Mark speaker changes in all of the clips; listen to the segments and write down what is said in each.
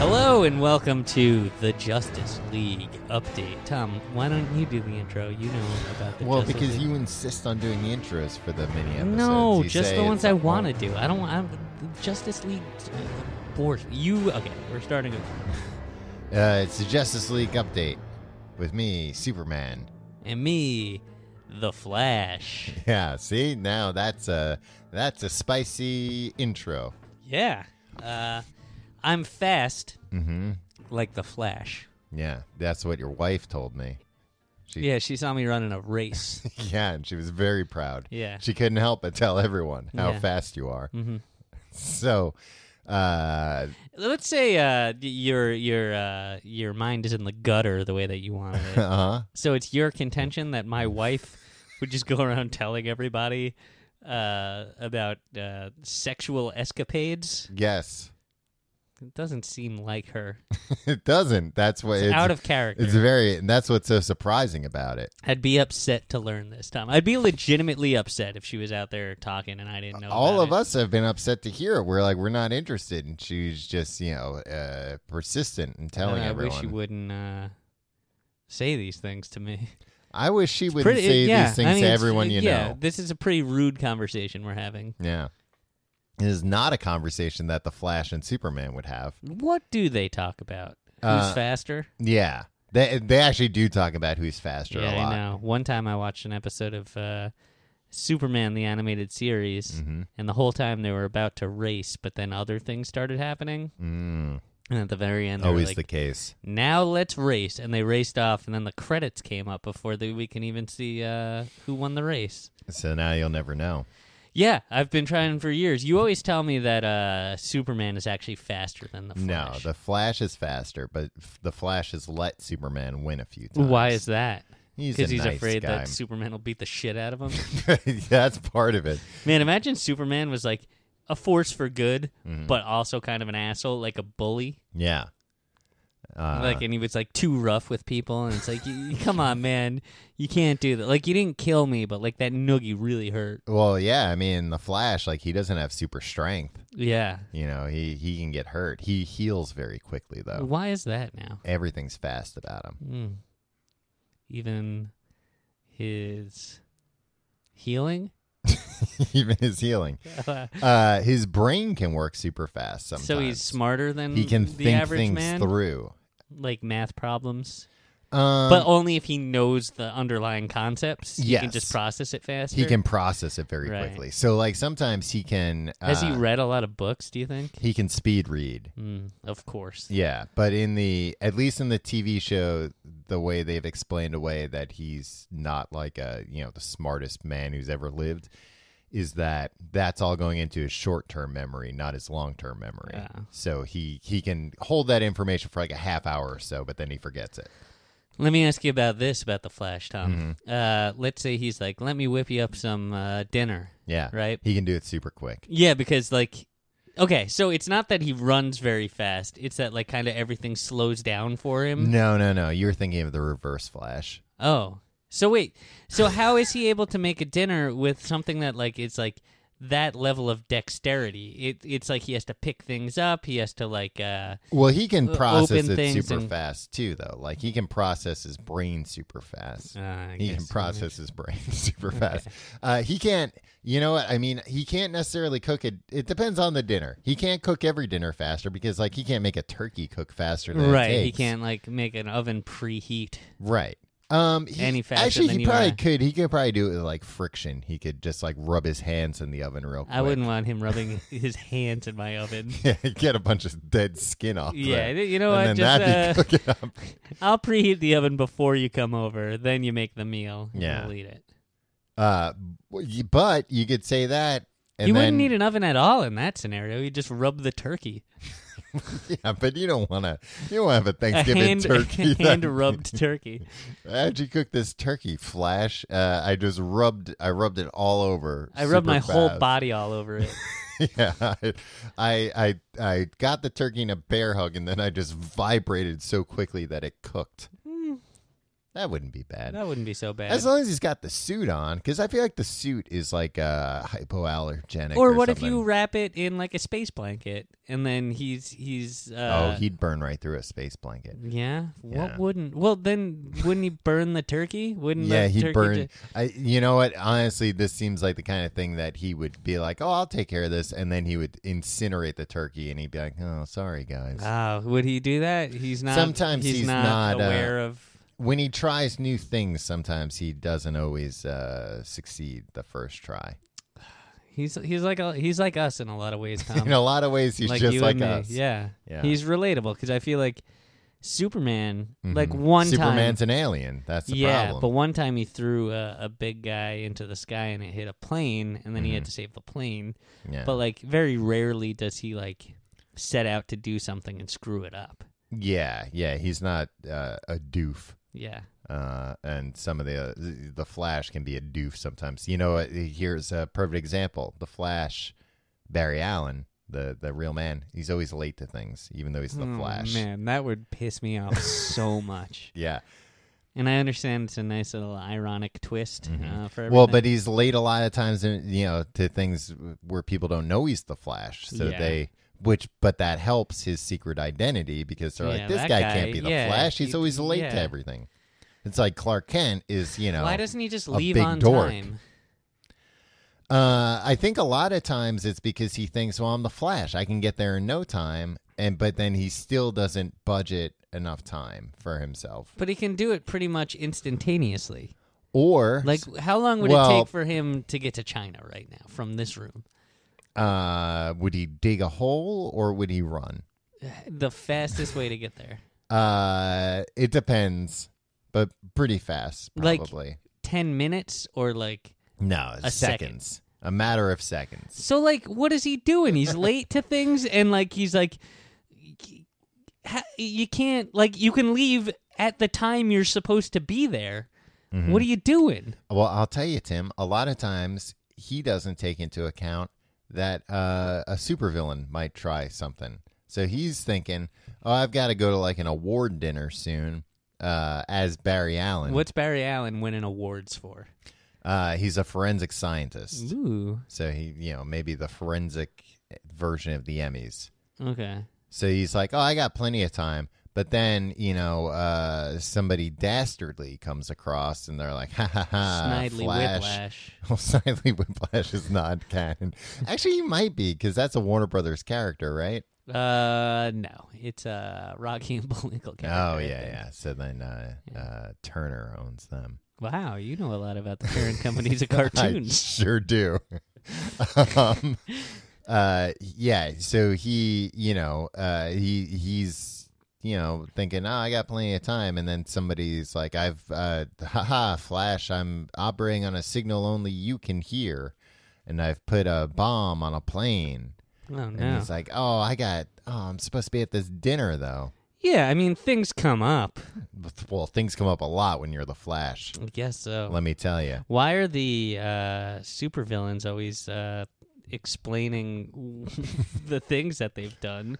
Speaker 1: Hello and welcome to the Justice League update. Tom, why don't you do the intro? You know about the
Speaker 2: Well,
Speaker 1: Justice
Speaker 2: because
Speaker 1: League.
Speaker 2: you insist on doing intros for the mini episodes.
Speaker 1: No,
Speaker 2: You
Speaker 1: just
Speaker 2: say
Speaker 1: the
Speaker 2: it's
Speaker 1: ones I
Speaker 2: not-
Speaker 1: want to do. I don't want I'm- the Justice League force you. Okay, we're starting. Over.
Speaker 2: Uh, it's the Justice League update with me, Superman.
Speaker 1: And me, the Flash.
Speaker 2: Yeah, see now that's a that's a spicy intro.
Speaker 1: Yeah, uh, I'm fast
Speaker 2: Mm-hmm.
Speaker 1: like the Flash.
Speaker 2: Yeah, that's what your wife told me. She,
Speaker 1: Yeah, she saw me running a race.
Speaker 2: yeah, and she was very proud.
Speaker 1: Yeah.
Speaker 2: she couldn't help but tell everyone how
Speaker 1: Yeah. Mm-hmm.
Speaker 2: fast you are. So, uh,
Speaker 1: Let's say uh, y- your your uh, your mind is in the gutter the way that you wanted it.
Speaker 2: uh-huh.
Speaker 1: So it's your contention that my wife would just go around telling everybody uh, about uh, sexual escapades?
Speaker 2: yes,
Speaker 1: It doesn't seem like her.
Speaker 2: it doesn't. That's what
Speaker 1: It's
Speaker 2: it's
Speaker 1: out of character.
Speaker 2: It's very, and that's what's so surprising about it.
Speaker 1: I'd be upset to learn this, Tom. I'd be legitimately upset if she was out there talking and I didn't know. about
Speaker 2: All of
Speaker 1: it.
Speaker 2: us have been upset to hear it. We're like, we're not interested, and she's just, you know, uh, persistent in
Speaker 1: And
Speaker 2: telling
Speaker 1: I
Speaker 2: everyone.
Speaker 1: wish you wouldn't uh, say these things to me.
Speaker 2: I wish she would
Speaker 1: Pretty-
Speaker 2: say
Speaker 1: yeah,
Speaker 2: these things
Speaker 1: I mean,
Speaker 2: to
Speaker 1: it's-
Speaker 2: everyone you
Speaker 1: yeah,
Speaker 2: know.
Speaker 1: this is a pretty rude conversation we're having.
Speaker 2: Yeah, it is not a conversation that the Flash and Superman would have.
Speaker 1: What do they talk about? Who's
Speaker 2: Uh,
Speaker 1: faster?
Speaker 2: Yeah, they they actually do talk about who's faster
Speaker 1: yeah,
Speaker 2: a lot.
Speaker 1: I know. One time I watched an episode of uh, Superman the animated series,
Speaker 2: Mm. Mm-hmm.
Speaker 1: and the whole time they were about to race, but then other things started happening,
Speaker 2: Mm,
Speaker 1: and at the very end, they were
Speaker 2: always
Speaker 1: like,
Speaker 2: the case.
Speaker 1: "Now let's race!" And they raced off, and then the credits came up before the, we can even see uh, who won the race.
Speaker 2: So now you'll never know.
Speaker 1: Yeah, I've been trying for years. You always tell me that uh, Superman is actually faster than the
Speaker 2: No,
Speaker 1: Flash.
Speaker 2: the Flash is faster, but f- the Flash has let Superman win a few times.
Speaker 1: Why is that?
Speaker 2: He's a
Speaker 1: Because he's
Speaker 2: nice
Speaker 1: afraid
Speaker 2: guy.
Speaker 1: that Superman will beat the shit out of him.
Speaker 2: That's part of it.
Speaker 1: Man, imagine Superman was like a force for good,
Speaker 2: Mm-hmm.
Speaker 1: but also kind of an asshole, like a bully.
Speaker 2: Yeah. Uh,
Speaker 1: like, and he was like too rough with people, and it's like, y- come on, man, you can't do that. Like, you didn't kill me, but like that noogie really hurt.
Speaker 2: well, yeah. I mean, the Flash, like, he doesn't have super strength.
Speaker 1: Yeah.
Speaker 2: You know, he he can get hurt. He heals very quickly, though.
Speaker 1: Why is that now?
Speaker 2: Everything's fast about him.
Speaker 1: Mm. Even his healing.
Speaker 2: Even his healing. Uh, his brain can work super fast sometimes.
Speaker 1: So he's smarter than
Speaker 2: He can
Speaker 1: the
Speaker 2: think
Speaker 1: average
Speaker 2: things
Speaker 1: man,
Speaker 2: through.
Speaker 1: like math problems,
Speaker 2: Um,
Speaker 1: but only if he knows the underlying concepts. he can
Speaker 2: Yes.
Speaker 1: just process it faster.
Speaker 2: he can process it very
Speaker 1: Right.
Speaker 2: quickly. So, like, sometimes he can. Uh,
Speaker 1: Has he read a lot of books, do you think?
Speaker 2: he can speed read.
Speaker 1: Mm, of course.
Speaker 2: Yeah, but in the at least in the TV show, the way they've explained away that he's not like a you know the smartest man who's ever lived is that that's all going into his short-term memory, not his long-term memory.
Speaker 1: Yeah.
Speaker 2: So he he can hold that information for like a half hour or so, but then he forgets it.
Speaker 1: Let me ask you about this about the Flash, Tom.
Speaker 2: Mm-hmm.
Speaker 1: Uh, let's say he's like, let me whip you up some uh, dinner.
Speaker 2: Yeah,
Speaker 1: Right.
Speaker 2: He can do it super quick.
Speaker 1: Yeah, because like, okay, so it's not that he runs very fast, it's that like kind of everything slows down for him.
Speaker 2: No, no, no. You're thinking of the Reverse Flash.
Speaker 1: Oh. So wait, so how is he able to make a dinner with something that like it's like that level of dexterity? It it's like he has to pick things up, he has to like uh
Speaker 2: Well, he can
Speaker 1: O-
Speaker 2: process
Speaker 1: open
Speaker 2: it
Speaker 1: things
Speaker 2: super
Speaker 1: and-
Speaker 2: fast too, though. Like he can process his brain super fast.
Speaker 1: uh, I
Speaker 2: he can
Speaker 1: guess-
Speaker 2: process his brain super fast. Uh, he can't. You know what I mean? He can't necessarily cook it. It depends on the dinner. He can't cook every dinner faster because, like, he can't make a turkey cook faster than it
Speaker 1: Right, he
Speaker 2: takes.
Speaker 1: can't like make an oven preheat.
Speaker 2: Right. Um. He,
Speaker 1: Any faster
Speaker 2: actually,
Speaker 1: than
Speaker 2: he
Speaker 1: you
Speaker 2: probably
Speaker 1: wanna-
Speaker 2: could. He could probably do it with like friction. He could just like rub his hands in the oven real quick.
Speaker 1: I wouldn't want him rubbing his hands in my oven.
Speaker 2: get a bunch of dead skin off.
Speaker 1: Yeah,
Speaker 2: there.
Speaker 1: you know
Speaker 2: Oh,
Speaker 1: what?
Speaker 2: and Then
Speaker 1: Just, uh,
Speaker 2: that'd be cook it up.
Speaker 1: I'll preheat the oven before you come over. Then you make the meal. and
Speaker 2: Yeah.
Speaker 1: we'll eat it.
Speaker 2: Uh, w- but you could say that. And
Speaker 1: you
Speaker 2: then,
Speaker 1: wouldn't need an oven at all in that scenario. You just rub the turkey.
Speaker 2: Yeah, but you don't want to. You don't want to have a
Speaker 1: A
Speaker 2: Thanksgiving
Speaker 1: hand,
Speaker 2: turkey.
Speaker 1: hand
Speaker 2: that-
Speaker 1: rubbed turkey.
Speaker 2: How'd you cook this turkey, Flash? Uh, I just rubbed. I rubbed it all over.
Speaker 1: I rubbed
Speaker 2: super
Speaker 1: my whole
Speaker 2: fast.
Speaker 1: body all over it.
Speaker 2: yeah, I, I, I, I got the turkey in a bear hug, and then I just vibrated so quickly that it cooked. That wouldn't be bad.
Speaker 1: That wouldn't be so Mm. bad.
Speaker 2: As long as he's got the suit on, because I feel like the suit is like uh, hypoallergenic.
Speaker 1: or what if
Speaker 2: something.
Speaker 1: you wrap it in like a space blanket and then he's he's
Speaker 2: Oh,
Speaker 1: uh
Speaker 2: he'd burn right through a space blanket.
Speaker 1: yeah, what
Speaker 2: Yeah.
Speaker 1: wouldn't? Well, then wouldn't he burn the turkey? Wouldn't
Speaker 2: Yeah,
Speaker 1: the
Speaker 2: he'd
Speaker 1: turkey
Speaker 2: burn.
Speaker 1: ju-
Speaker 2: I, you know what? Honestly, this seems like the kind of thing that he would be like, "Oh, I'll take care of this," and then he would incinerate the turkey, and he'd be like, "Oh, sorry, guys."
Speaker 1: Oh, would he do that? He's not.
Speaker 2: Sometimes
Speaker 1: he's,
Speaker 2: he's
Speaker 1: not,
Speaker 2: not, uh,
Speaker 1: aware of.
Speaker 2: when he tries new things, sometimes he doesn't always uh, succeed the first try.
Speaker 1: He's he's like a, he's like us in a lot of ways, Tom.
Speaker 2: In a lot of ways, he's
Speaker 1: Um, like
Speaker 2: just
Speaker 1: you
Speaker 2: like
Speaker 1: and me.
Speaker 2: us.
Speaker 1: Yeah.
Speaker 2: Yeah.
Speaker 1: he's relatable because I feel like Superman. Like
Speaker 2: Mhm.
Speaker 1: one time,
Speaker 2: Superman's an alien. That's the
Speaker 1: yeah,
Speaker 2: problem.
Speaker 1: but one time he threw a, a big guy into the sky and it hit a plane, and then he had to save the plane.
Speaker 2: Mm-hmm. yeah.
Speaker 1: But like, very rarely does he like set out to do something and screw it up.
Speaker 2: yeah, yeah, he's not uh, a doof.
Speaker 1: Yeah,
Speaker 2: Uh, and some of the uh, the Flash can be a doof sometimes. You know, uh, here's a perfect example: the Flash, Barry Allen, the the real man. He's always late to things, even though he's the
Speaker 1: Oh,
Speaker 2: Flash.
Speaker 1: Man, that would piss me off so much.
Speaker 2: Yeah.
Speaker 1: And I understand it's a nice little ironic twist uh, for everything.
Speaker 2: Mm-hmm. Well, but he's late a lot of times, in, you know, to things where people don't know he's the Flash. So
Speaker 1: Yeah.
Speaker 2: they, which, but that helps his secret identity because they're
Speaker 1: Yeah,
Speaker 2: like, this
Speaker 1: that
Speaker 2: guy,
Speaker 1: guy,
Speaker 2: can't be the
Speaker 1: yeah,
Speaker 2: Flash. He's
Speaker 1: he-
Speaker 2: always late to
Speaker 1: yeah.
Speaker 2: everything. It's like Clark Kent is, you know.
Speaker 1: why doesn't he just
Speaker 2: a
Speaker 1: leave
Speaker 2: big
Speaker 1: on
Speaker 2: dork.
Speaker 1: time?
Speaker 2: Uh, I think a lot of times it's because he thinks, well, I'm the Flash. I can get there in no time, and but then he still doesn't budget enough time for himself.
Speaker 1: But he can do it pretty much instantaneously.
Speaker 2: Or
Speaker 1: Like, how long would it
Speaker 2: Well-
Speaker 1: take for him to get to China right now from this room?
Speaker 2: uh, would he dig a hole or would he run?
Speaker 1: The fastest way to get there,
Speaker 2: Uh, it depends, but pretty fast,
Speaker 1: Like-
Speaker 2: probably.
Speaker 1: ten minutes or like.
Speaker 2: no,
Speaker 1: A second.
Speaker 2: seconds. A matter of seconds.
Speaker 1: So like, what is he doing? He's late to things, and like he's like, ha- you can't like you can leave at the time you're supposed to be there.
Speaker 2: Mm-hmm.
Speaker 1: What are you doing?
Speaker 2: Well, I'll tell you, Tim. A lot of times he doesn't take into account that uh, a supervillain might try something. So he's thinking, "Oh, I've got to go to like an award dinner soon." Uh, as Barry Allen,
Speaker 1: What's Barry Allen winning awards for?
Speaker 2: Uh, he's a forensic scientist,
Speaker 1: Ooh,
Speaker 2: so he, you know, maybe the forensic version of the Emmys.
Speaker 1: okay.
Speaker 2: So he's like, "Oh, I got plenty of time." But then, you know, uh, somebody dastardly comes across, and they're like, "Ha ha ha!"
Speaker 1: Snidely
Speaker 2: Uh, Flash.
Speaker 1: Whiplash.
Speaker 2: Well, Silently Whiplash is not canon. Actually, he might be because that's a Warner Brothers character, right?
Speaker 1: Uh, no, it's uh Rocky and Bullwinkle.
Speaker 2: Oh,
Speaker 1: character, I
Speaker 2: yeah,
Speaker 1: think.
Speaker 2: yeah. So then uh, uh, Turner owns them.
Speaker 1: Wow, you know a lot about the parent companies of cartoons.
Speaker 2: I sure do. um, uh, yeah. So he, you know, uh, he he's you know thinking, oh, I got plenty of time, and then somebody's like, I've, uh, haha, Flash, I'm operating on a signal only you can hear, and I've put a bomb on a plane.
Speaker 1: Oh
Speaker 2: And
Speaker 1: no.
Speaker 2: he's like, "Oh, I got. Oh, I'm supposed to be at this dinner though."
Speaker 1: Yeah, I mean things come up.
Speaker 2: Well, things come up a lot when you're the Flash.
Speaker 1: I guess so.
Speaker 2: Let me tell you.
Speaker 1: Why are the uh, supervillains always uh, explaining the things that they've done?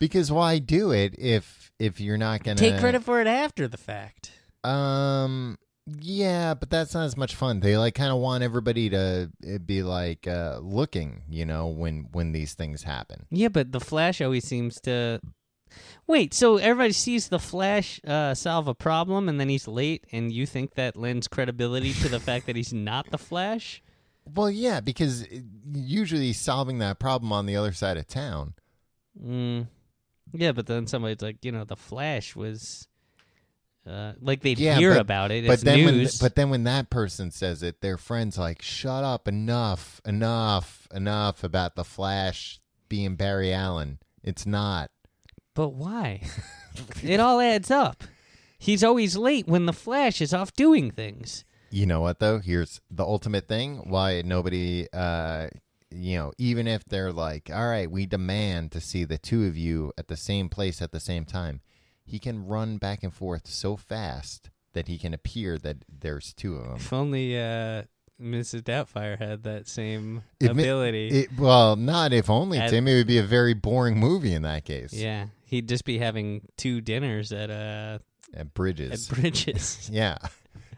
Speaker 2: Because why do it if if you're not gonna
Speaker 1: Take credit for it after the fact.
Speaker 2: Um. Yeah, but that's not as much fun. They like kind of want everybody to uh, be like uh, looking, you know, when when these things happen.
Speaker 1: Yeah, but the Flash always seems to. Wait, so everybody sees the Flash uh, solve a problem and then he's late, and you think that lends credibility to the fact that he's not the Flash?
Speaker 2: Well, yeah, because uh, usually solving that problem on the other side of town.
Speaker 1: Mm. Yeah, but then somebody's like, you know, the Flash was. Uh, like they would
Speaker 2: Yeah,
Speaker 1: hear
Speaker 2: but-
Speaker 1: about it.
Speaker 2: but
Speaker 1: it's
Speaker 2: then when
Speaker 1: news.
Speaker 2: but then when that person says it their friends like shut up enough enough enough about the flash being barry allen it's not
Speaker 1: But why? it all adds up. He's always late when the Flash is off doing things.
Speaker 2: you know what though here's the ultimate thing why nobody uh you know even if they're like all right we demand to see the two of you at the same place at the same time he can run back and forth so fast that he can appear that there's two of them
Speaker 1: If only uh, Mrs. Doubtfire had that same
Speaker 2: Admi-
Speaker 1: ability.
Speaker 2: it, well not if only
Speaker 1: At-
Speaker 2: tim it would be a very boring movie in that case
Speaker 1: yeah, he'd just be having two dinners at uh,
Speaker 2: at Bridges.
Speaker 1: at Bridges.
Speaker 2: yeah.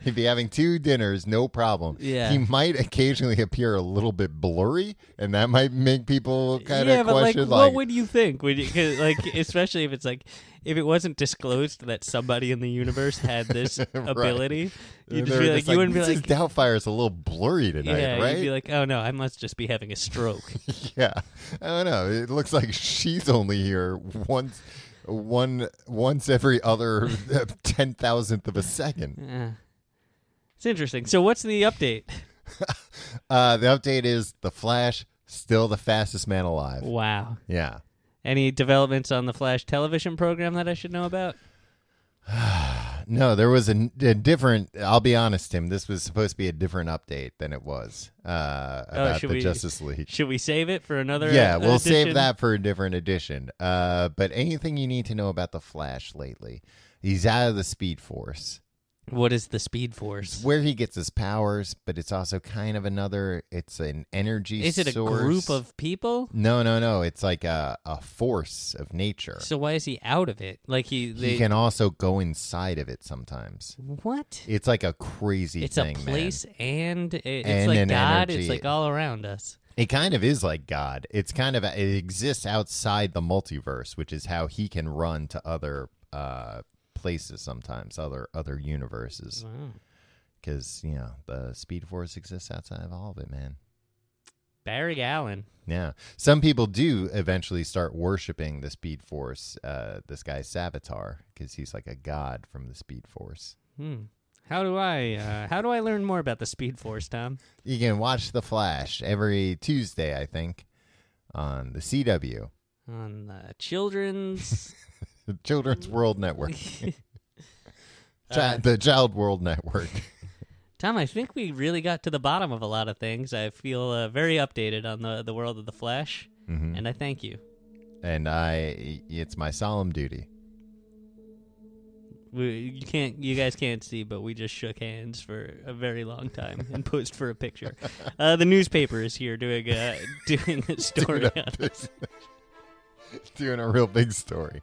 Speaker 2: He'd be having two dinners, no problem.
Speaker 1: Yeah.
Speaker 2: He might occasionally appear a little bit blurry, and that might make people kind of
Speaker 1: like,
Speaker 2: question,
Speaker 1: what would you think? Would you, 'cause, like, especially if it's like, if it wasn't disclosed that somebody in the universe had this ability, you'd
Speaker 2: they
Speaker 1: just
Speaker 2: were
Speaker 1: be like,
Speaker 2: just
Speaker 1: you wouldn't be
Speaker 2: "This
Speaker 1: like,
Speaker 2: is Doubtfire is a little blurry tonight,
Speaker 1: yeah,
Speaker 2: right?
Speaker 1: you'd be like, oh no, I must just be having a stroke.
Speaker 2: yeah, I don't know. It looks like she's only here once, one once every other ten thousandth of a second.
Speaker 1: Yeah. It's interesting. So, what's the update?
Speaker 2: Uh, the update is the Flash still the fastest man alive.
Speaker 1: Wow.
Speaker 2: Yeah.
Speaker 1: Any developments on the Flash television program that I should know about?
Speaker 2: No, there was a, a different. I'll be honest, Tim. This was supposed to be a different update than it was uh, about
Speaker 1: Oh, should
Speaker 2: the
Speaker 1: we-
Speaker 2: Justice League.
Speaker 1: Should we save it for another?
Speaker 2: yeah,
Speaker 1: uh,
Speaker 2: we'll
Speaker 1: edition?
Speaker 2: save that for a different edition. Uh, but anything you need to know about the Flash lately? He's out of the Speed Force,
Speaker 1: What is the Speed Force?
Speaker 2: where he gets his powers, but it's also kind of another. It's an energy.
Speaker 1: Is it a
Speaker 2: source.
Speaker 1: group of people?
Speaker 2: No, no, no. It's like a a force of nature.
Speaker 1: So why is he out of it? Like he, they,
Speaker 2: he can also go inside of it sometimes.
Speaker 1: what?
Speaker 2: It's like a crazy
Speaker 1: it's
Speaker 2: thing,
Speaker 1: a
Speaker 2: man.
Speaker 1: place and it- it's
Speaker 2: And
Speaker 1: like
Speaker 2: an
Speaker 1: god
Speaker 2: energy.
Speaker 1: it's like all around us
Speaker 2: It kind of is like God. It's kind of it exists outside the multiverse, which is how he can run to other uh, places sometimes, other other universes, because you know the Speed Force exists outside of all of it, man.
Speaker 1: barry allen
Speaker 2: Yeah, some people do eventually start worshiping the Speed Force. Uh, this guy Savitar, because he's like a god from the Speed Force.
Speaker 1: hmm. how do i uh, how do i learn more about the speed force tom
Speaker 2: You can watch The Flash every Tuesday, I think, on the CW
Speaker 1: on the children's
Speaker 2: Children's World Network. Chi-
Speaker 1: Uh,
Speaker 2: the Child World Network.
Speaker 1: tom i think we really got to the bottom of a lot of things i feel uh, very updated on the, the world of the flash
Speaker 2: Mhm.
Speaker 1: and i thank you
Speaker 2: And I, it's my solemn duty.
Speaker 1: we, you can't you guys can't see but we just shook hands for a very long time and posed for a picture uh, the newspaper is here doing uh, doing a story
Speaker 2: Doing
Speaker 1: on
Speaker 2: a, big- doing a real big story.